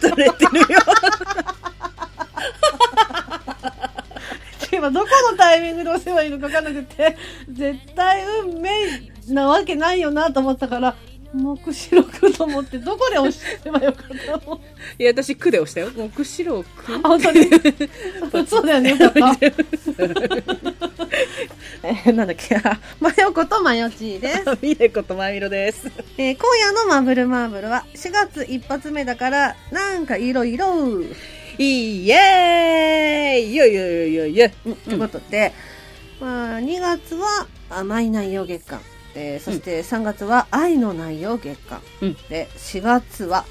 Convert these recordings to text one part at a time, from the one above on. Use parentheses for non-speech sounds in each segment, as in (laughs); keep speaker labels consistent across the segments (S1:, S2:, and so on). S1: ずれてるよ。
S2: (laughs) 今どこのタイミングで押せばいいのか分かんなくて絶対運命なわけないよなと思ったから黙示録と思ってどこで押せばよかったの
S1: いや、私、くで押したよ。もう、くしろく。
S2: あ本当
S1: (laughs)
S2: にそうだよねよかったえー (laughs) なんだっけあマヨコとマヨチーです、
S1: みねことまみろです。
S2: えー今夜の「マブルマーブル」は4月一発目だからなんかいろいろ
S1: イエーイよいよいよいよいよ。
S2: ということで、まあ、2月は甘い内容月間でそして3月は愛の内容月間、
S1: うん
S2: で4月は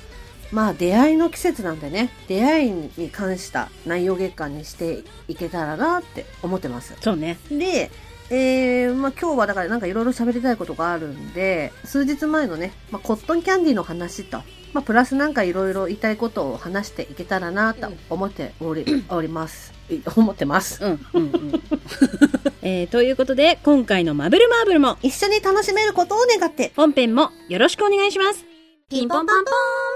S2: まあ出会いの季節なんでね出会いに関した内容月間にしていけたらなって思ってます
S1: そうね。
S2: で、えーまあ、今日はだからなんかいろいろ喋りたいことがあるんで数日前のね、まあ、コットンキャンディーの話と、まあ、プラスなんかいろいろ言いたいことを話していけたらなと思っており,、おりますい思ってます
S1: うん、うん、うん。 (laughs) えー、ということで、今回のマブルマーブルも、
S2: 一緒に楽しめることを願って
S1: 本編もよろしくお願いします。
S3: ピンポンパンポーン。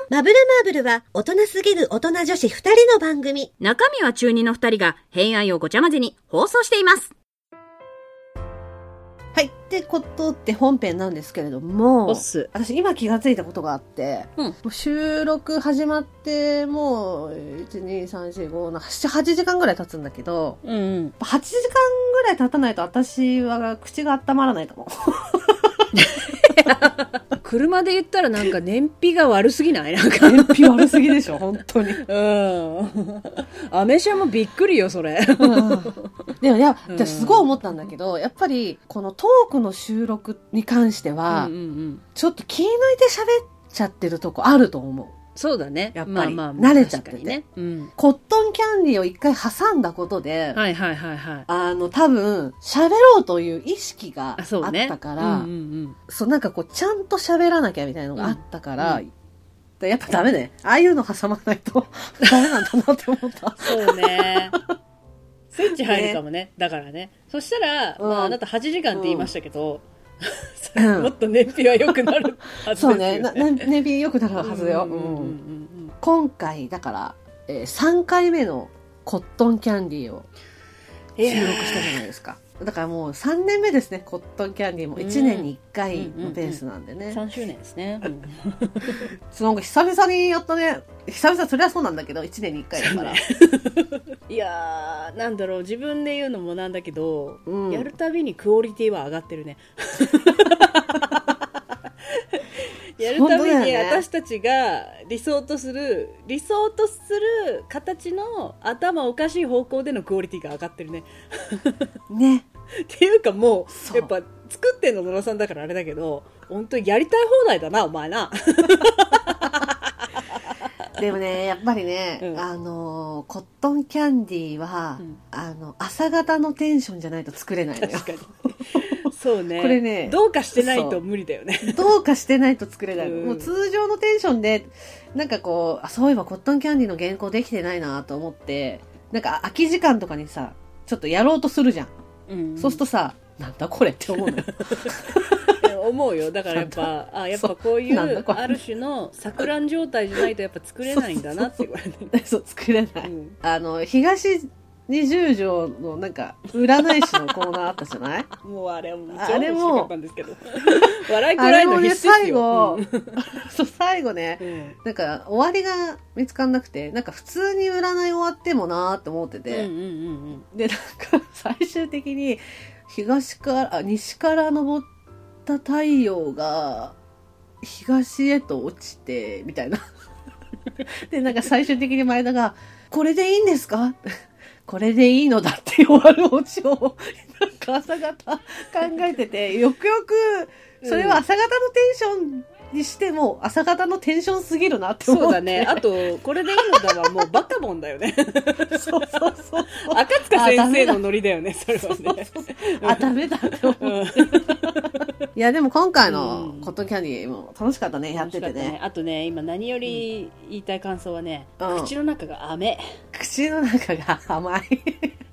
S3: マブルマーブルは大人すぎる大人女子二人の番組。
S1: 中身は中二の二人が、偏愛をごちゃ混ぜに放送しています。
S2: はいってことって本編なんですけれども
S1: ボス。
S2: 私今気がついたことがあって、
S1: うん
S2: もう収録始まってもう1234578時間ぐらい経つんだけど
S1: うん、うん。
S2: 8時間ぐらい経たないと私は口が温まらな
S3: (laughs)
S2: いかも
S1: 車で言ったらなんか燃費が悪すぎないなんか。
S2: 燃費悪すぎでしょ本当に
S1: うん。アメ車もびっくりよ、それ。
S2: でもいや
S1: うん
S2: 私すごい思ったんだけどやっぱりこのトークの収録に関しては、
S1: うんうんうん、
S2: ちょっと気抜いて喋っちゃってるとこあると思う
S1: そうだね。
S2: やっぱり
S1: まあまあ、
S2: 慣れちゃってて
S1: 確かにね。うん。
S2: コットンキャンディーを一回挟んだことで、
S1: はいはいはいはい。
S2: あの、多分、喋ろうという意識があ
S1: あ、そう
S2: っ
S1: ね。
S2: たから、
S1: うんうん
S2: そう、なんかこう、ちゃんと喋らなきゃみたいなのがあったから、
S1: うん
S2: でやっぱダメね。ああいうの挟まないと (laughs) ダメなんだなって思った。
S1: うん、 (laughs) そうね。スイッチ入るかもね。だからね。そしたら、
S2: うん
S1: まあ、あなた8時間って言いましたけど、
S2: うん
S1: (laughs) もっと燃費は良くなるはずです
S2: そ
S1: よ、ね。
S2: うね。な、な、ネビ良くなるはずよ。
S1: うんうんうんうん
S2: うん今回、だから、えー3回目のコットンキャンディーを
S1: い
S2: 収
S1: やー
S2: 録したじゃないですか。だからもう3年目ですね、コットンキャンディーも。1年に1回のペースなんでね。
S1: うん3周年ですね。うん
S2: なんか久々にやったね。久々、そりゃそうなんだけど、1年に1回だから。
S1: いやー、なんだろう、自分で言うのもなんだけど、
S2: うん
S1: やるたびにクオリティは上がっ
S2: (laughs)
S1: てるね。やるた
S2: 本当
S1: び
S2: だ
S1: に
S2: よね
S1: 私たちが理想とする、理想とする形の頭おかしい方向でのクオリティが上がってるね。 (laughs)
S2: ね。
S1: っていうかも
S2: そう
S1: う、やっぱ作ってんの野呂さんだからあれだけど、本当にやりたい放題だな、お前
S2: (laughs)
S1: な。
S2: でもね、やっぱりね、
S1: うん
S2: あのー、コットンキャンディーは、
S1: うん
S2: あの、朝方のテンションじゃないと作れないのよ。
S1: 確かに。そうね。
S2: これね
S1: どうかしてない
S2: そ
S1: と
S2: う
S1: 無理だよね。
S2: どうかしてないと作れないの。
S1: うん
S2: もう通常のテンションで、なんかこう、あ、そういえばコットンキャンディーの原稿できてないなと思って、なんか空き時間とかにさ、ちょっとやろうとするじゃん。そうするとさ、なんだこれって思うの
S1: (laughs)
S2: よ。
S1: って思うよだからやっ
S2: (laughs)
S1: ぱあやっぱこうい
S2: なんだ
S1: う
S2: これ
S1: ある種の錯乱状態じゃないとやっぱ作れないんだなって言われて
S2: そう、作れない。
S1: うん
S2: あの、東二十条のなんか、占い師のコーナーあったじゃ
S1: (laughs)
S2: ない
S1: もうあれも
S2: あ
S1: あ
S2: れ
S1: れ
S2: も
S1: もったんです
S2: (laughs)
S1: けど笑いく
S2: あ
S1: ら
S2: れ
S1: い
S2: も
S1: の
S2: ね、
S1: 必死です
S2: 最
S1: よ
S2: 後、 (laughs) そう、最後ね、
S1: うんうん
S2: なんか終わりが見つかんなくて、なんか普通に占い終わってもなーって思って
S1: うん
S2: て、
S1: うんうん
S2: で、なんか (laughs) 最終的に東から、あ西から昇った太陽が東へと落ちて、みたいな。 (laughs) で、なんか最終的に前田が、これでいいんですか (laughs) これでいいのだって終わるオチを、 (laughs) なんか朝方考えてて、よくよく、それは朝方のテンションにしても、朝方のテンションすぎるな (laughs) って思って。
S1: そうだねあとこれでいいのだはもうバカボンだよ
S2: (laughs)
S1: ね
S2: そうそうそうそう。
S1: 赤塚先生のノリだよねそれはね
S2: あ、ダメだって思う。
S1: うん
S2: いや、でも今回
S1: う
S2: の
S1: ん
S2: コットンキャンディーも楽しかったね、やってて
S1: 楽しかっ
S2: ね。
S1: たあとね今何より言いたい感想はね、
S2: うん
S1: 口の中が飴
S2: 口の中が甘い。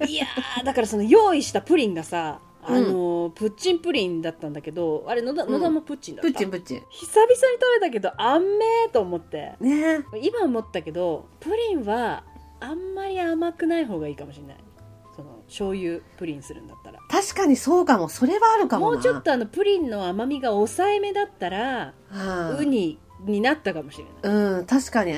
S1: いやーだからその用意したプリンがさあの、プッチンプリンだったんだけどあれ野田
S2: うん
S1: 野田もプッチンだっ
S2: プ
S1: た、
S2: ッチンプッチン
S1: 久々に食べたけど甘えと思って
S2: ね
S1: 今思ったけどプリンはあんまり甘くない方がいいかもしれないその醤油プリンするんだったら
S2: 確かにそうかもそれはあるか
S1: も
S2: もな
S1: うちょっとあのプリンの甘みが抑えめだったら、
S2: うん
S1: ウニになったかもしれない
S2: うん、確かに。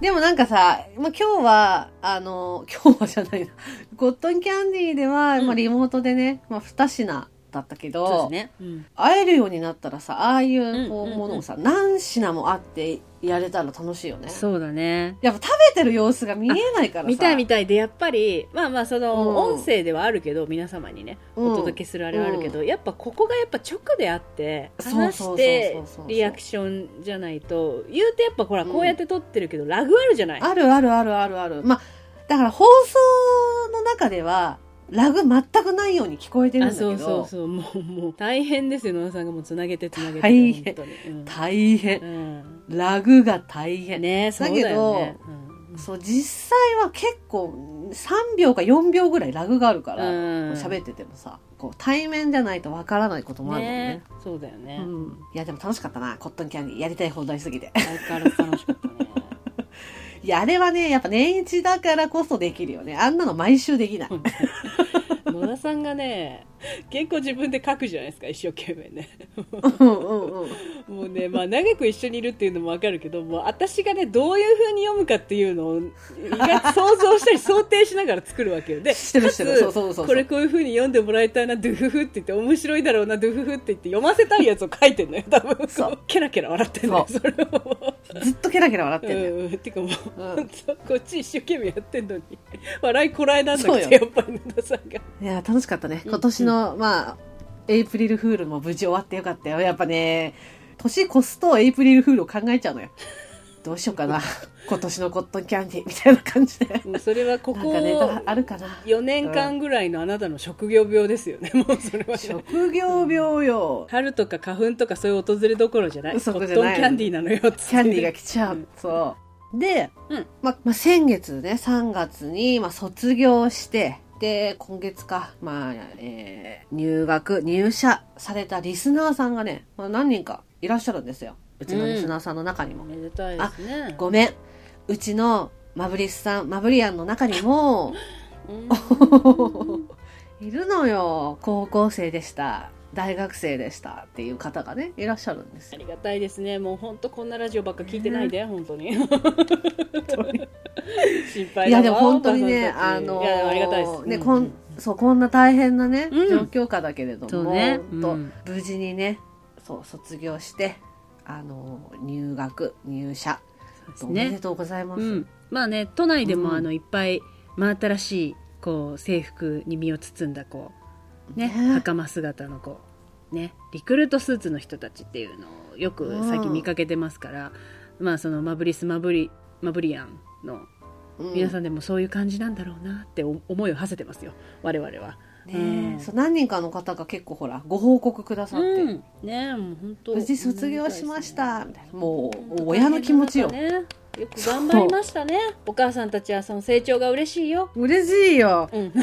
S2: でもなんかさ、まあ、今日は、あの、 (laughs) 今日はじゃないな。ゴットンキャンディーでは、
S1: うん
S2: まあ、リモートでね、まあ、二品だったけ
S1: そう
S2: ど、
S1: ですね、うん
S2: 会えるようになったらさ、ああい
S1: ん
S2: うこ
S1: うんう
S2: うんものをさ、何品もあってやれたら楽しいよね。
S1: そうだね
S2: やっぱ食べてる様子が見えないからさ。
S1: 見たい見たいでやっぱりまあまあその
S2: うん
S1: 音声ではあるけど皆様にね
S2: うん
S1: お届けするあれはあるけど、やっぱここがやっぱ直であって
S2: そう
S1: 話
S2: そうそうそうそう
S1: してリアクションじゃないと言うてやっぱほらこうやって撮ってるけど、ラグあるじゃない
S2: あるあるあるあるある。まあ、だから放送の中では、ラグ全くないように聞こえてるんだ
S1: あ
S2: けど、
S1: そうそうそうもうもう大変ですよ野田さんがもうつなげてつなげて
S2: 大変
S1: 本当に、
S2: 大
S1: う
S2: 変。
S1: ん
S2: ラグが大
S1: う
S2: 変
S1: ん、。ねそうだよねうん
S2: そう実際は結構3秒か4秒ぐらいラグがあるから
S1: うん
S2: 喋、っててもさこう対面じゃないとわからないこともあるもんね
S1: ねそうだよね、
S2: うん、いやでも楽しかったなコットンキャンディーやりたい放題すぎて (laughs)
S1: 相変わらず楽しかったね
S2: いやあれはねやっぱ年一だからこそできるよねあんなの毎週できない、
S1: (laughs) 野田さんがね結構自分で書くじゃないですか一生懸命ね
S2: うんうんうん、
S1: もうね、まあ、長く一緒にいるっていうのもわかるけど、もう私がね、どういう風に読むかっていうのを、意外と想像したり想定しながら作るわけよ。で、
S2: してるしてる
S1: かつ
S2: そうそうそうそう
S1: これこういう風に読んでもらいたいな、ドゥフフって言って、面白いだろうな、ドゥフフって言って、読ませたいやつを書いてんのよ、多分。
S2: そう。
S1: ケラケラ笑ってんのよ、それを。
S2: ずっとケラケラ笑ってん
S1: う
S2: だよ、
S1: ん、てかもう、
S2: うん
S1: 本当こっち一生懸命やってんのに、笑いこらえなんなく
S2: そう
S1: て、
S2: よ
S1: やっぱり野田さんが。
S2: いや楽しかったね
S1: うん
S2: 今年の、まあエイプリルフールも無事終わってよかったよやっぱね年越すとエイプリルフールを考えちゃうの
S1: (laughs)
S2: よどうしようかな今年のコットンキャンディーみたいな感じで
S1: もうそれはこ
S2: な
S1: こ
S2: んかネタあるかな
S1: 4年間ぐらいのあなたの職業病ですよね、もうそれはね。
S2: 職業病よ
S1: 春とか花粉とかそういう訪れどころじゃない
S2: そこじゃ
S1: コ
S2: ない
S1: ットンキャンディーなのよっつって
S2: キャンディーが来ちゃう、そうで、
S1: うん
S2: ままあ、先月ね3月に、まあ、卒業してで今月か、まあえー入学入社されたリスナーさんがね、まあ、何人かいらっしゃるんですようちのリスナーさんの中にも、
S1: おめでたいですね
S2: ごめんうちのマブリスさんマブリアンの中にも (laughs)
S1: うん
S2: いるのよ高校生でした大学生でしたっていう方がねいらっしゃるんです
S1: あ
S2: よ
S1: りがたいですねもう本当こんなラジオばっか聞いてないで本当に心配だわ
S2: いやでも本当にね、
S1: お母さ
S2: あ
S1: んたち
S2: の
S1: いやありがたいです
S2: ね、
S1: うん
S2: こん、そう、こんな大変なね、
S1: うん
S2: 状況下だけれども、
S1: そうね
S2: ほんと
S1: うん
S2: 無事にね、そう、卒業して、あの、入学、入社、
S1: す
S2: お
S1: ね
S2: めでとうございます。
S1: うん、まあね都内でも、
S2: うん
S1: あのいっぱい真新しいこう制服に身を包んだこうね
S2: ね
S1: 袴姿の子ねリクルートスーツの人たちっていうのをよく
S2: うん
S1: 最近見かけてますから、まあそのマブリスマブリマブリアンの
S2: う
S1: 皆
S2: ん
S1: さんでもそういう感じなんだろうなってお思いを馳せてますよ我々は。
S2: ね、
S1: うん
S2: そう、何人かの方が結構ほら、ご報告くださって、
S1: うん、ねもう本当
S2: 無事卒業しまし
S1: お
S2: た、みたいな。も
S1: めでたいですね
S2: う、親の気持ちよ。
S1: ね、よく頑張りましたねお母さんたちはその成長が嬉しいよ。
S2: 嬉しいよ。
S1: うん
S2: (laughs)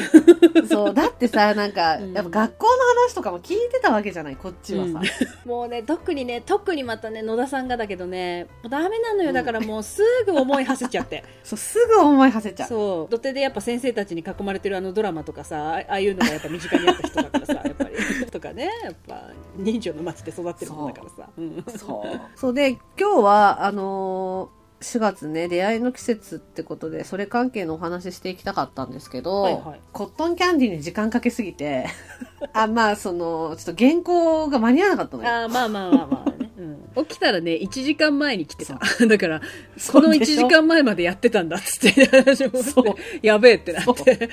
S2: そう、だってさ、なんか、
S1: うん
S2: やっぱ学校の話とかも聞いてたわけじゃない、こっちはさ。
S1: もうね特にね特にまたね野田さんがだけどねもうダメなのよ、
S2: うん
S1: だからもうすぐ思い馳せちゃって (laughs)
S2: そう、すぐ思い馳せちゃう。
S1: そう土手でやっぱ先生たちに囲まれてるあのドラマとかさあああいうのがやっぱ身近にあった人だ (laughs) からさやっぱりとかねやっぱ人情の街で育ってるもんだからさ、うん
S2: そう。そうで、今日は、あのー4月ね、出会いの季節ってことで、それ関係のお話ししていきたかったんですけど、
S1: はいはい
S2: コットンキャンディーに時間かけすぎて、 (laughs) あ、まあ、その、ちょっと原稿が間に合わなかったのよ。
S1: あーまあまあまあまあね、うん、起きたらね1時間前に来てた (laughs) だから
S2: そ
S1: こ
S2: う
S1: の1
S2: でし
S1: 時
S2: ょ
S1: 間前までやってたんだっつって私も
S2: そう
S1: (laughs) やべえってなって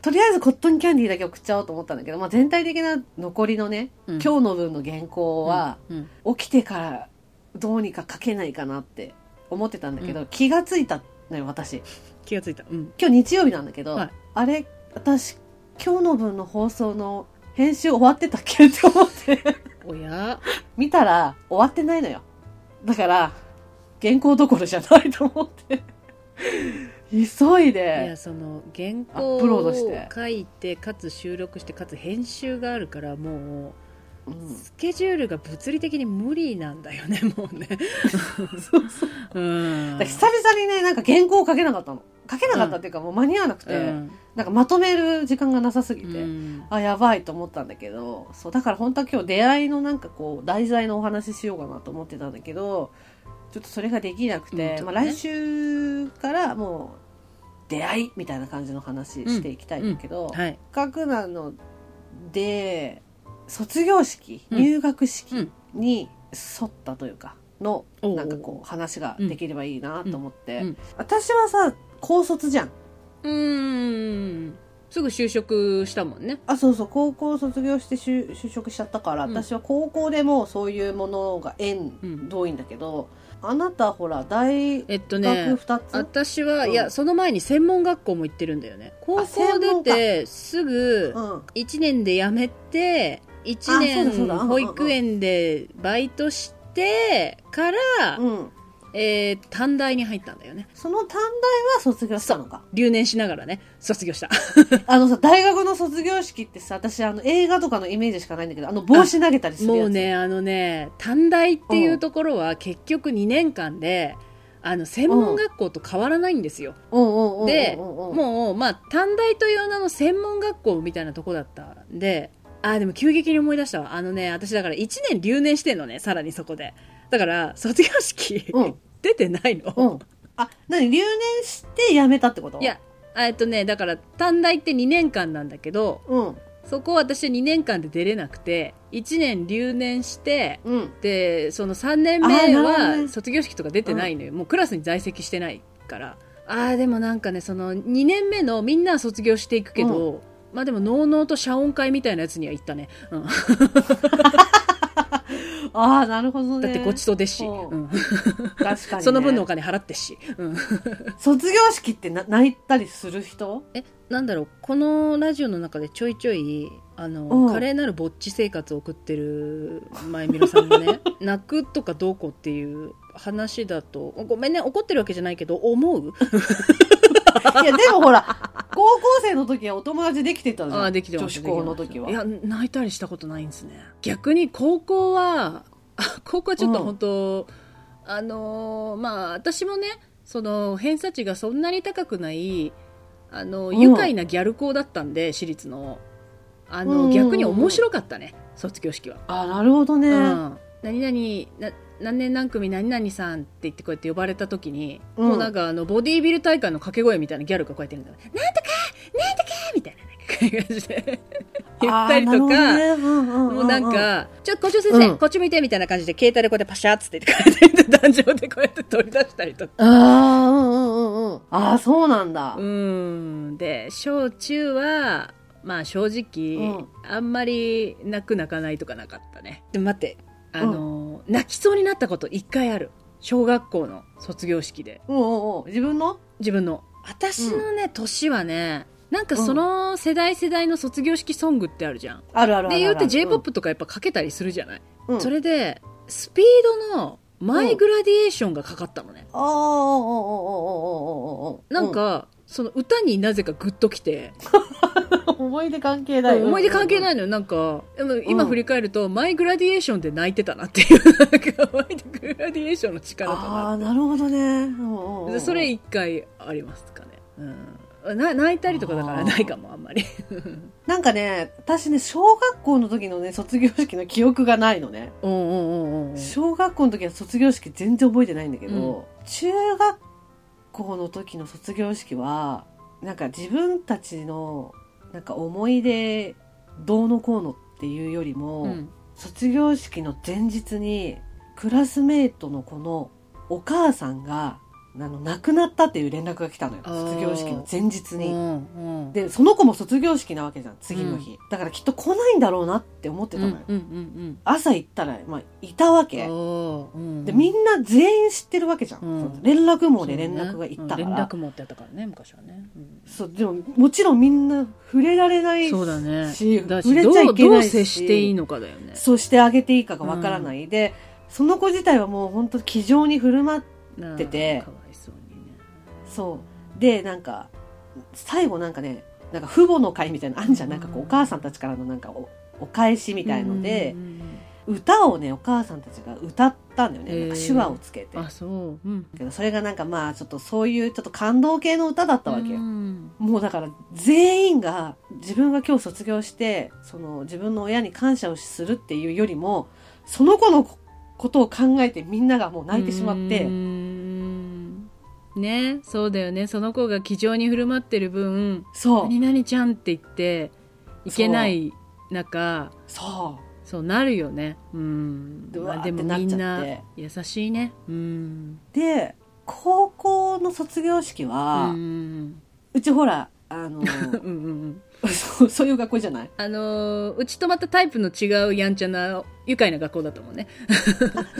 S2: とりあえずコットンキャンディーだけ送っちゃおうと思ったんだけど、まあ、全体的な残りのね、
S1: うん
S2: 今日の分の原稿は、
S1: うん
S2: 起きてからどうにか書けないかなって思ってたんだけど、気がついたのよ、私。
S1: 気がついた、うん、
S2: 今日日曜日なんだけど、
S1: はい
S2: あれ私今日の分の放送の編集終わってたっけって思って (laughs)
S1: おや
S2: 見たら終わってないのよだから原稿どころじゃないと思って (laughs) 急い
S1: いや
S2: で
S1: その原
S2: ア
S1: 稿
S2: ップロード
S1: を
S2: して
S1: 書いてかつ収録してかつ編集があるからも
S2: う
S1: う、
S2: ん
S1: スケジュールが物理的に無理なんだよね (laughs) もうねうん
S2: だから久々にねなんか原稿を書けなかったの書けなかったっていうか、もう間に合わなくて、
S1: うん
S2: なんかまとめる時間がなさすぎて、
S1: うん
S2: あやばいと思ったんだけどそうだから本当は今日出会いのなんかこう題材のお話ししようかなと思ってたんだけどちょっとそれができなくて、
S1: うん
S2: まあ、来週からもう出会いみたいな感じの話していきたいんだけど、せっ
S1: はい
S2: かくなので卒業式
S1: うん
S2: 入学
S1: う
S2: 式
S1: ん
S2: に沿ったというかの、
S1: おう
S2: なんかこう話ができればいいなと思って、
S1: うんうん
S2: 私はさ高卒じゃん
S1: うんすぐ就職したもんね
S2: あそうそう高校卒業して就就職しちゃったから、
S1: うん
S2: 私は高校でもうそういうものが
S1: う
S2: 縁
S1: ん
S2: 遠いんだけど、あなたほら大学
S1: えっとね
S2: 2つ、
S1: 私は、
S2: うん
S1: いやその前に専門学校も行ってるんだよね高校出てすぐ
S2: うん
S1: 1年で辞めて1
S2: あそうだそうだうんうんうん
S1: 年保育園でバイトしてから、
S2: うん、
S1: えー短大に入ったんだよね
S2: その短大は卒業したのか
S1: 留年しながらね卒業した
S2: あのさ大学の卒業式ってさ私あの映画とかのイメージしかないんだけどあの帽子投げたりするやつ
S1: もうねあのね短大っていうところは結局2年間であの専門学校と変わらないんですよ、
S2: うんうんうんうんうん
S1: で
S2: も
S1: もうまあ短大という名の専門学校みたいなとこだったんであーでも急激に思い出したわあのね私だから1年留年してんのねさらにそこでだから卒業式、
S2: うん
S1: 出てないの、
S2: うんあ何留年して辞めたってこと
S1: いやえっとねだから短大って2年間なんだけど
S2: うん
S1: そこ私2年間で出れなくて1年留年して
S2: うん
S1: でその3年
S2: あー
S1: 目
S2: なるほどね
S1: は卒業式とか出てないのよ、もうクラスに在籍してないからあーでもなんかねその2年目のみんなは卒業していくけど、まあでものうのうと謝恩会みたいなやつには行ったね、うん
S2: ああなるほどね
S1: だってごちそうですし、
S2: うん
S1: うん
S2: 確かに、ね、
S1: その分のお金払ってし、うん、
S2: 卒業式ってな泣いたりする人
S1: えなんだろうこのラジオの中でちょいちょいあの、
S2: うん
S1: 華麗なるぼっち生活を送ってる前みろさんが (laughs) ね泣くとかどうこうっていう話だとごめんね怒ってるわけじゃないけど思う
S2: いや、でもほら、高校生の時はお友達できてたじゃん。
S1: あーできてま
S2: 女
S1: す
S2: 子校の時は。
S1: いや泣いたりしたことないんですね逆に高校はあ (laughs) 高校はちょっと本当、あのーまあ私もねその偏差値がそんなに高くないあの
S2: うん
S1: 愉快なギャル校だったんで、私立のあ
S2: うんうん
S1: の
S2: うん
S1: 逆に面白かったね卒業式は、
S2: あーなるほどね。
S1: う
S2: うん。
S1: ん、何々な何年何組何々さんって言ってこうやって呼ばれた時に、
S2: うん
S1: もうなんかあのボディービル大会の掛け声みたいなギャルがこうやってるんだよなんとかなんとかみたいな感じ (laughs) で言ったりとか、も
S2: も
S1: うなん、か、ちょっと校長先生、
S2: うん
S1: こっち向いてみたいな感じで、携帯でこうやってパシャーっつって書いて、壇上でこうやって取り出したりとか。
S2: ああ、うんうんうんうん。ああ、そうなんだ
S1: う。ーん。で、小中は、まあ正直、
S2: うん
S1: あんまり泣く泣かないとかなかったね。でも待って、あの、泣きそうになったこと一回ある。小学校の卒業式で。
S2: うんうんうん。自分の
S1: 自分の。私のね、年はね、なんかその世代世代の卒業式ソングってあるじゃん。
S2: あるあるあるある。
S1: で、言うて J-POP とかやっぱかけたりするじゃないそれでスピードのマイグラディエーションがかかったのね、
S2: ああ、おーおーおーおーおーおーおーおーおー
S1: なん、か、その歌になぜかグッときて、
S2: うん思い出関係ない。
S1: 思い出関係
S2: い。
S1: ないのよなんかでも今
S2: うん
S1: 振り返ると、マイグラディエーションで泣いてたなっていうなんかマイグラディエーションの力だ
S2: あ
S1: な
S2: あ、なるほどねうんうんう
S1: で
S2: ん。
S1: それ一回ありますかね、うん、な泣いたりとかだか
S2: あ
S1: ら
S2: ー
S1: ないかもあんまり
S2: なんかね、私ね、小学校の時のね、卒業式の記憶がないのね。
S1: うんうんうんうん
S2: 小学校の時は卒業式全然覚えてないんだけど、中学校の時の卒業式はなんか自分たちのなんか思い出どうのこうのっていうよりも、
S1: うん
S2: 卒業式の前日にクラスメートの子のお母さんがあの亡くなったっていう連絡が来たのよ
S1: あー
S2: 卒業式の前日
S1: う
S2: に。
S1: んうん
S2: でその子も卒業式なわけじゃん次の日、だからきっと来ないんだろうなって思って
S1: う
S2: た
S1: ん
S2: の
S1: う
S2: よ、
S1: んうん
S2: 朝行ったら、まあ、いたわ
S1: う
S2: け
S1: んおーうん
S2: でみんな全員知ってるわけじゃん、
S1: うん
S2: その連絡網で
S1: そう
S2: 連
S1: ね
S2: 絡がいったから、
S1: うん連絡持ってやったからね昔はね、うん
S2: そうでももちろんみんな触れられない
S1: そうだね。
S2: し
S1: だ
S2: 触
S1: し、
S2: れ
S1: ど、
S2: ちゃいうけ
S1: ど
S2: な
S1: う
S2: いし
S1: 接していいのかだよね。
S2: そうしてあげていいかがわからない、でその子自体はもう本当気丈に振る舞っ
S1: なあ
S2: てて
S1: かわいそうにね。
S2: そうでなんか最後なんかねなんか父母の会みたいなのあんじゃんなんかこうお母さんたちからのなんかおお返しみたいので
S1: うん、うんうん
S2: 歌をねお母さんたちが歌ったんだよね、
S1: へー
S2: なんか手話をつけて
S1: あそううん
S2: けどそれがなんかまあちょっとそういうちょっと感動系の歌だったわけよ、
S1: うん
S2: もうだから全員が自分が今日卒業してその自分の親に感謝をするっていうよりもその子のこことを考えてみんながもう泣いてしまって
S1: うーんねそうだよねその子が気丈に振る舞ってる分「
S2: そう
S1: 何々ちゃん」って言っていけない中
S2: そ
S1: そうなるよねうん
S2: うわー
S1: まあでも
S2: ってなっ
S1: み
S2: ち
S1: ん
S2: ゃっ
S1: な
S2: て
S1: 優しいねうん
S2: うで高校の卒業式は、
S1: う
S2: うんちほらあ
S1: (laughs)
S2: の
S1: うんうんうん
S2: そうそういう学校じゃない
S1: あのーうちとまたタイプの違うやんちゃな愉快な学校だったもんね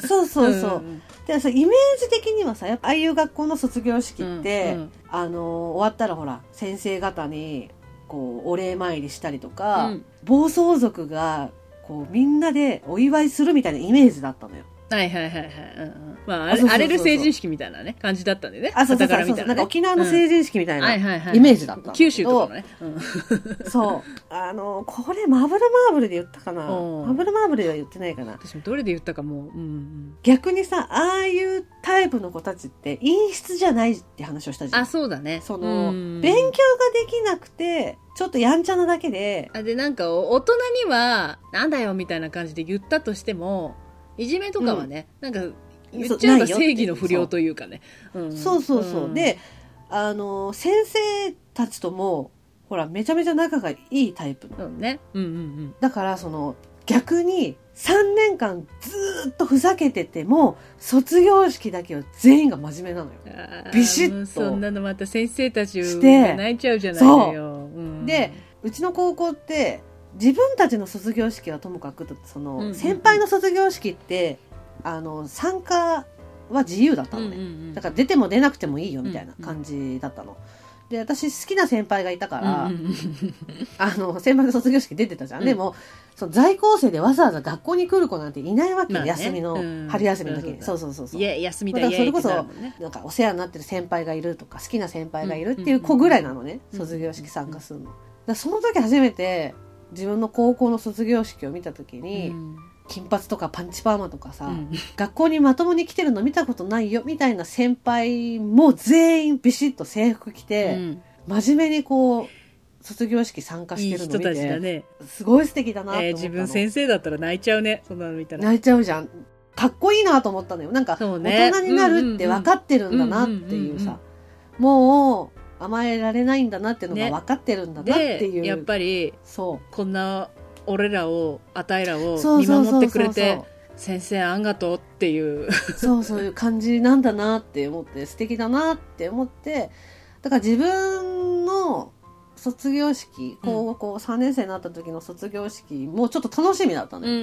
S2: そうそうそう、
S1: ん
S2: でさイメージ的にはさやっぱああいう学校の卒業式って、
S1: うんうん
S2: あの終わったらほら先生方にこうお礼参りしたりとか、
S1: うん
S2: 暴走族がこうみんなでお祝いするみたいなイメージだったのよ。
S1: はいはいはいはい、うんうん、まああ
S2: あそうそうそうそう
S1: れ荒れる成人式みたいなね感じだったんでね
S2: あそうそうそ
S1: 傍
S2: う
S1: から
S2: そう
S1: 見た
S2: な
S1: ら
S2: んか
S1: ね
S2: 沖縄の成人式みたいな、
S1: はいはいはい
S2: イメージだったんだけど
S1: 九州とかのね、うん
S2: そうあのこれマブルマーブルで言ったかな
S1: うん
S2: マブルマーブルでは言ってないかな
S1: 私もどれで言ったかもう、うん
S2: 逆にさああいうタイプの子たちって陰湿じゃないって話をした
S1: う
S2: じ
S1: ん、
S2: ゃん
S1: あそうだね
S2: その、
S1: うん
S2: 勉強ができなくてちょっとやんちゃなだけで
S1: あでなんかお大人にはなんだよみたいな感じで言ったとしてもいじめとかはね、なんか言っちゃえば
S2: そうないよ
S1: 正
S2: って
S1: 義の不良というかねうん
S2: そうそうそう。
S1: ん
S2: で、あの、先生たちとも、ほら、めちゃめちゃ仲がいいタイプの。
S1: そうねうんうん
S2: だから、その、逆に、3年間ずーっとふざけてても、卒業式だけは全員が真面目なのよ。
S1: うんあー
S2: ビシッと
S1: もうそんなのまた先生たち
S2: して
S1: が泣いちゃうじゃないのよ、うん
S2: でうちの高校って、自分たちの卒業式はともかくと、その、
S1: うんうんうん
S2: 先輩の卒業式って、あの、参加は自由だった
S1: う
S2: の
S1: ん
S2: ね。
S1: うんうん
S2: だから出ても出なくてもいいよみたいな感じだったの。で、私好きな先輩がいたから、
S1: うんうん
S2: あの、先輩の卒業式出てたじゃん。
S1: うん
S2: でも、その在校生でわざわざ学校に来る子なんていないわけよ、
S1: まあね
S2: 休みの、
S1: うん
S2: 春休みの時に。
S1: そ
S2: そう
S1: う
S2: そうそうそう
S1: い。や休みだ
S2: だからそれこそ
S1: いやってなるもんね
S2: なんかお世話になってる先輩がいるとか、好きな先輩がいるっていう子ぐらいなのね、
S1: うん
S2: 卒業式参加するの。だからその時初めて、自分の高校の卒業式を見た時に、
S1: うん
S2: 金髪とかパンチパーマとかさ、
S1: うん
S2: 学校にまともに来てるの見たことないよ、みたいな先輩も全員ビシッと制服着
S1: う
S2: て、
S1: ん
S2: 真面目にこう、卒業式参加し
S1: い
S2: てるの
S1: い
S2: 見
S1: 人
S2: て
S1: たちだね
S2: すごい素敵だなと思
S1: え
S2: っ
S1: ー
S2: たの、
S1: 自分先生だったら泣いちゃうねそんなの見たら
S2: 泣いちゃうじゃんかっこいいなと思ったのよなんか
S1: そうね
S2: 大人になるって分かってるんだなっていう
S1: うんうんうんうんうん
S2: さもう甘えられないんだなっていうの
S1: ね
S2: が分かってるんだなっていう、
S1: でやっぱり
S2: そ
S1: こんな俺らをあたいら
S2: う
S1: を
S2: そう
S1: 見
S2: そう
S1: 守っ
S2: そう
S1: てく
S2: そ
S1: れ
S2: う
S1: て先生あんがとうっていう
S2: そうそういう感じなんだなって思って素敵だなって思ってだから自分の卒業式高校3年生になった時の卒業式もちょっと楽しみだったのよ、
S1: うんう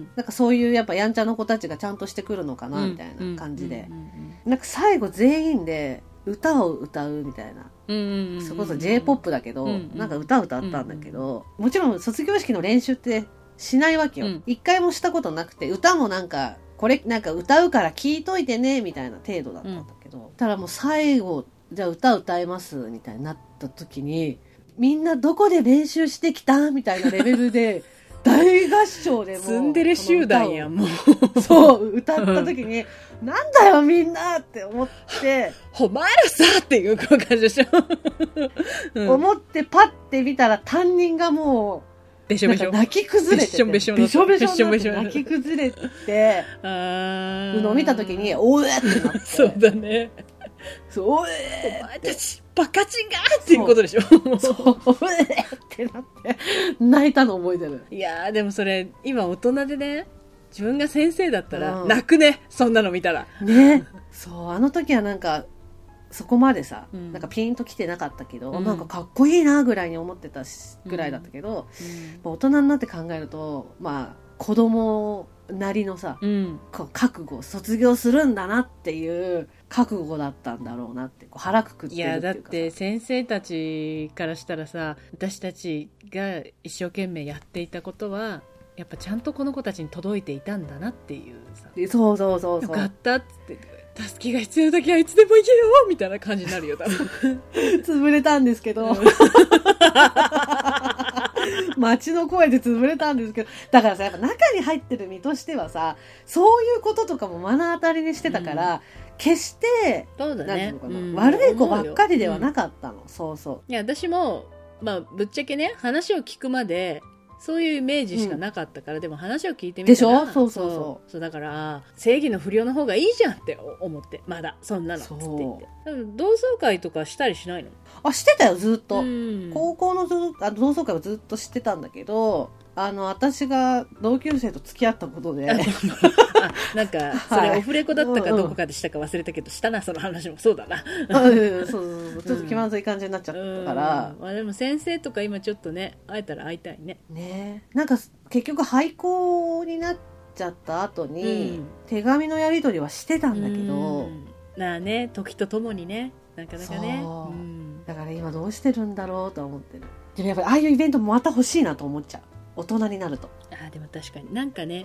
S1: ん
S2: なんかそういうやっぱやんちゃな子たちがちゃんとしてくるのか
S1: う
S2: なみたいな感じで、
S1: うん
S2: なんか最後全員で歌を歌うみたいな、
S1: うんうん
S2: それこそ J-POP だけど、
S1: うんうん
S2: なんか歌を歌ったんだけど、もちろん卒業式の練習ってしないわけよ
S1: うん。
S2: 一、回もしたことなくて、歌もなんか、これなんか歌うから聞いといてね、みたいな程度だったんだけど、ただもう最後、じゃあ歌歌います、みたいになった時に、みんなどこで練習してきたみたいなレベル
S1: (laughs)
S2: で、大合唱でもう。
S1: ツンデレ集団やんもう
S2: そう、歌った時に、なんだよみんなって思って、
S1: (laughs) お前らさっていう感じでし (laughs) ょうん
S2: 思ってパッて見たら担任がも
S1: でし
S2: う、
S1: ょ
S2: な
S1: で
S2: んか
S1: しょ
S2: 泣き崩れてて、
S1: べしょべしょになって
S2: べしょべしょにな
S1: べしょべしょにな
S2: っ
S1: って
S2: て泣き崩れて、
S1: あー
S2: のを見た時に、おえってなって、
S1: (laughs) そうだね
S2: そうおえ
S1: お前たちバカチンがーっていうことでしょ
S2: そう、おえってなって、泣いたの覚えてる。
S1: いやーでもそれ今大人でね自分が先生だったら
S2: うん
S1: 泣くね、そんなの見たら
S2: ね。そう、あの時はなんか、そこまでさ、
S1: うん
S2: なんかピンときてなかったけど、
S1: うん
S2: なんかかっこいいなぐらいに思ってたし、ぐらいだったけど、まあ大人になって考えるとまあ子供なりのさ
S1: うん
S2: こう覚悟卒業するんだなっていう覚悟だったんだろうなってこう腹くくって
S1: い
S2: るってい
S1: や
S2: うか
S1: だっ
S2: さ
S1: て先生たちからしたらさ私たちが一生懸命やっていたことはやっぱちゃんとこの子たちに届いていたんだなっていうさ
S2: そうそうそう
S1: よ
S2: そ
S1: かっ
S2: う
S1: たっつって助けが必要な時はいつでも行けよみたいな感じになるよ多分
S2: 潰れたん (laughs) ですけど。街の声で潰れたんですけど。だからさ、やっぱ中に入ってる身としてはさ、そういうこととかも目の当たりにしてたから、決して、
S1: (laughs) そう
S2: な
S1: だ
S2: んてい
S1: ね
S2: うのかな、悪い子ばっかりでは
S1: く
S2: なかったの。そうそう。
S1: いや私もまあぶっちゃけね話を聞くまでそういうイメージしかなかったから、でも話を聞いてみたら
S2: でしょそうそうそう
S1: そうだからあー正義の不良の方がいいじゃんって思ってまだそんなのっつ
S2: そ
S1: っ
S2: う
S1: て言ってでも同窓会とかしたりしないの
S2: あ、してたよ、ずっと。
S1: うん
S2: 高校のずあ同窓会をずっと知ってたんだけどあの私が同級生と付き合ったことで (laughs)
S1: あなんかそれ
S2: はい
S1: オフレコだったか
S2: うんうん
S1: どこかでしたか忘れたけど、したなその話もそうだな
S2: うんそうそうそうちょっと気まずい感じになっちゃったから
S1: うん、まあ、でも先生とか今ちょっとね会えたら会いたいね
S2: ねなんか結局廃校になっちゃった後に、
S1: うん
S2: 手紙のやり取りはしてたんだけど、
S1: うんまあね時とともにねなかなかね
S2: そうんだから今どうしてるんだろうとは思ってるでもやっぱりああいうイベントもまた欲しいなと思っちゃう大人になると、
S1: あーでも確かになんかね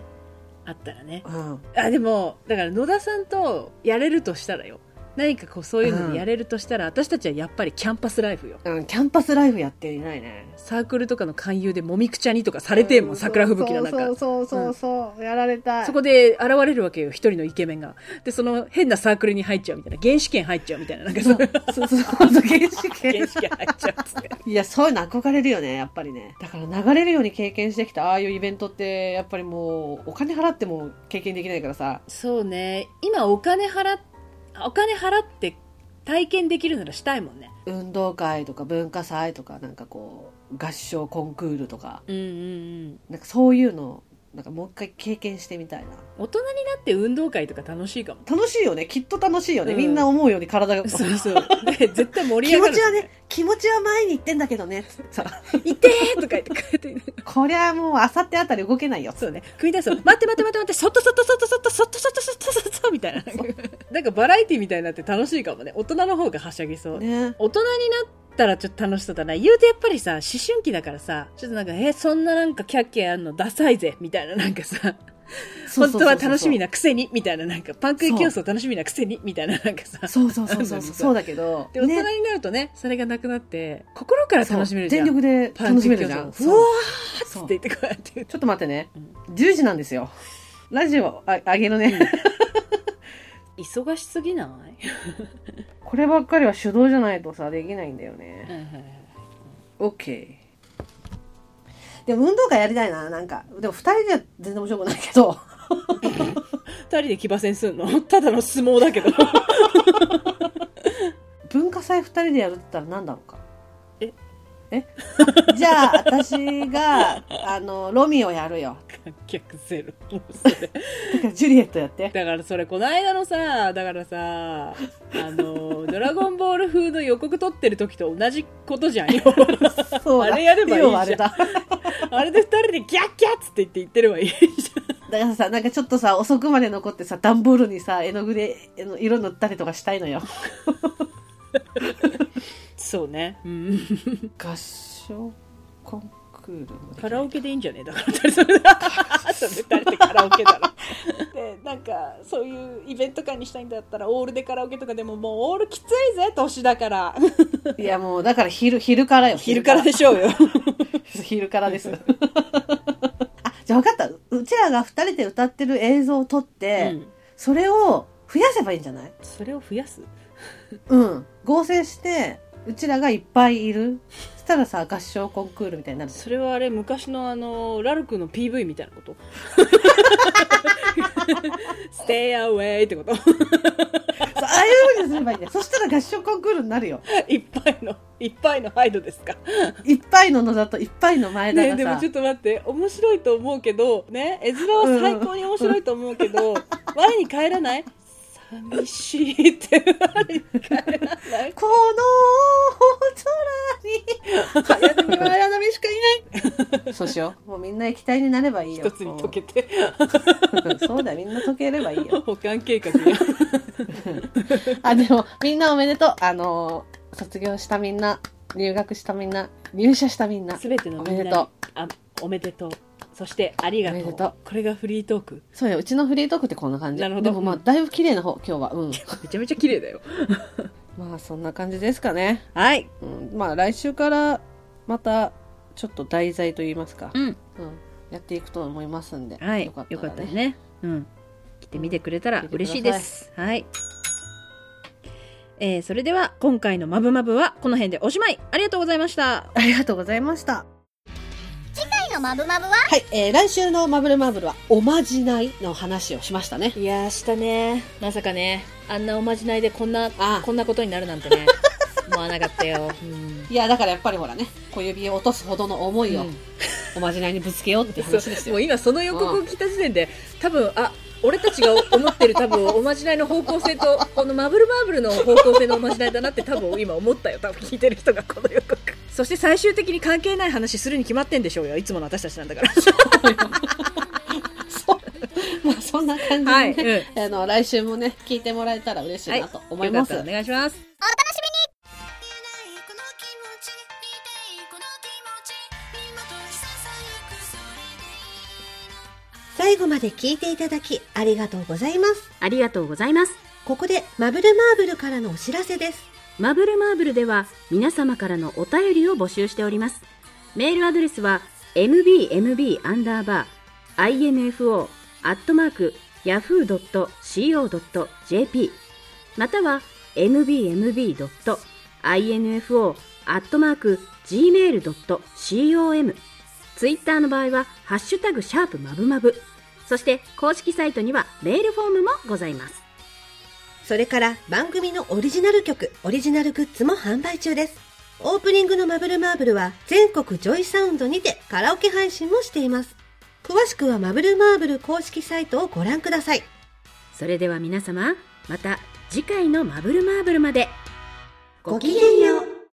S1: あったらね
S2: うん、
S1: あでもだから野田さんとやれるとしたらよ何かこうそういうのでやれるとしたら、私たちはやっぱりキャンパスライフよ
S2: うん、キャンパスライフやっていないね
S1: サークルとかの勧誘でもみくちゃにとかされてんもん、桜吹雪の中
S2: そうそうそうそう、やられたい
S1: そこで現れるわけよ一人のイケメンがでその変なサークルに入っちゃうみたいな原始圏入っちゃうみたいななんかその
S2: そうそうそう、原始
S1: 原
S2: 圏。
S1: 始圏入っちゃうっつって
S2: いや、そういうの憧れるよね、やっぱりね。だから流れるように経験してきたああいうイベントって、やっぱりもう、お金払っても経験できないからさ。
S1: (laughs) そうね今お金払っお金払って体験できるならしたいもんね
S2: 運動会とか文化祭とか、なんかこう、合唱コンクールとか、
S1: うんうんうん
S2: なんかそういうの、なんかもう一回経験してみたいな。
S1: 大人になって運動会とか楽しいかも
S2: 楽しいよね、きっと楽しいよね。
S1: うん
S2: みんな思うように体が。
S1: そうそうで絶対盛り
S2: 気
S1: 上が
S2: 持
S1: る
S2: ちはね、気持ちは前に行ってんだけどね。さ、
S1: 「いてー!」とか言ってこうやって
S2: こりゃもう、あさってあたり動けないよ。
S1: そうね組み出すの待って待って待って待ってそっとそっとそっとそっとそっとそっとそっとそっとそっとみたいななんかバラエティみたいになって楽しいかもね大人の方がはしゃぎそう、
S2: ね。
S1: 大人になったらちょっと楽しそうだな言うてやっぱりさ思春期だからさちょっとなんかえそんななんかキャッキャやるのダサいぜみたいななんかさ
S2: そう
S1: 本
S2: そうそうそう
S1: 当は楽しみなくせにみたいななんかパン食い競争楽しみなくせにみたいななんかさ
S2: そうそうそう
S1: (laughs)
S2: そうそう。そうだけど。
S1: で大
S2: ね
S1: 人になるとねそれがなくなって心から楽しめるじゃん
S2: そう全力で
S1: パン
S2: 楽
S1: 食
S2: し
S1: い
S2: め
S1: 競
S2: る
S1: 争
S2: じゃん。
S1: うわーっつ
S2: そ
S1: っ
S2: う
S1: て言ってこうやって言って
S2: ちょっと待ってね
S1: うん。
S2: 10時なんですよ。ラジオあ上げるね。
S1: 忙しすぎない (laughs)
S2: こればっかりは手動じゃないとさ、できないんだよね。OK。でも運動会やりたいな、なんか。でも2人じゃ全然面白くないけど。
S1: 二人で騎馬戦すんのただの相撲だけど
S2: 文化祭2人でやるって言ったら何だろうか。
S1: え
S2: えじゃあ、私が、あの、ロミオやるよ。
S1: 観客ゼロもうそれ
S2: だからジュリエットやって。
S1: だからそれこの間のさだからさあの「ドラゴンボール」風の予告撮ってる時と同じこと (laughs) じゃんよ
S2: そうだ
S1: (laughs) あれやればいいじゃん
S2: 要はあれだ。
S1: あれで二人で「ギャッギャッ」つって言って言ってればいいじ
S2: だからさ、なんかちょっとさ、遅くまで残ってさ、段ボールにさ、絵の具で絵の色塗ったりとかしたいのよ。
S1: ゃんそうねうん
S2: 合唱コンクールも
S1: カラオケでいいんじゃねえだから二人それでそれ二人でカラオケだろ (laughs) でなんかそういうイベント会にしたいんだったらオールでカラオケとかでももうオールきついぜ年だから
S2: いやもう、だから昼、昼からよ。
S1: (laughs) 昼からでしょ (laughs) うよ
S2: す。昼からです。あ、じゃあ分かった。うちらが二人で歌ってる映像を撮って、
S1: うん
S2: それを増やせばいいんじゃない
S1: それを増やす
S2: うん。合成して、うちらがいっぱいいる。そしたらさ、合唱コンクールみたいになる。
S1: それはあれ昔のあのラルクの PV みたいなこと (laughs) Stay away ってこと (laughs)
S2: そうああいう風にすればいいんだよ。そしたら合唱コンクールになるよ。
S1: いっぱいのいっぱいのハイドですか
S2: いっぱいの野田といっぱいの前田がさ、
S1: ねでもちょっと待って面白いと思うけどね絵面は最高に面白いと思うけど我に帰らない寂しいって我に帰らない
S2: この空に、早波は綾波しかいない。そうしよう。もうみんな液体になればいいよ。
S1: 一つに溶けて
S2: うんそうだよ、みんな溶ければいいよ。 (laughs)
S1: 保管計画が
S2: あ、でも、みんなおめでとう。あのー、卒業したみんな、入学したみんな、入社したみんな、
S1: (laughs) 全てのみんな
S2: おめ
S1: に
S2: でとう
S1: あおめでとうそしてありがとう
S2: おめでとう
S1: これがフリートーク
S2: そうようちのフリートークってこんな感じ
S1: なるほど
S2: でもまあだいぶ綺麗な方今日はうん
S1: めちゃめちゃ綺麗だよ
S2: まあそんな感じですかね、
S1: はい
S2: うん、まあ来週からまたちょっと題材といいますか、
S1: うん
S2: うん、やっていくと思いますんで、
S1: はいよ
S2: よか
S1: かっ,、
S2: ったたら
S1: ね
S2: ね
S1: うん来てみてくれたら
S2: うん
S1: 嬉しいです、はいえー、それでは今回の「まぶまぶ」はこの辺でおしまいありがとうございました
S2: ありがとうございました
S3: 回のマブマブは
S2: はい、えー、来週のマブルマブルはおまじないの話をしましたね
S1: いやーしたねまさかねあんなおまじないでこんな
S2: あ
S1: こんなことになるなんてね (laughs) 思わなかったよ、うん
S2: いやだからやっぱりほらね小指を落とすほどの思いをおまじないにぶつけようっていう話です
S1: も
S2: よ
S1: う今その予告を聞いた時点で多分あ俺たちが思ってる多分おまじないの方向性とこのマブルマーブルの方向性のおまじないだなって多分今思ったよ多分聞いてる人がこの予告そして最終的に関係ない話するに決まってんでしょうよいつもの私たちなんだから
S2: まあそんな感じで、ね
S1: はい、うん
S2: あの来週もね聞いてもらえたら嬉しいなと思います、
S1: よかったらお願いします
S4: この気持ち似ていいこの気持ち今とささやくそ
S3: 最
S4: れでいい
S3: 後まで聞いていただきありがとうございます。
S5: ありがとうございます。
S3: ここでマブルマーブルからのお知らせです。
S5: マブルマーブルでは皆様からのお便りを募集しております。メールアドレスは mbmb-info-yahoo.co.jp または mbmb.info-gmail.com ツイッターの場合は「ハッシュタグシャープマブマブ」そして公式サイトにはメールフォームもございます。
S3: それから番組のオリジナル曲、オリジナルグッズも販売中です。オープニングのマブルマーブルは全国ジョイサウンドにてカラオケ配信もしています。詳しくはマブルマーブル公式サイトをご覧ください。
S5: それでは皆様また次回の「マブルマーブル」まで
S3: ごきげんよう。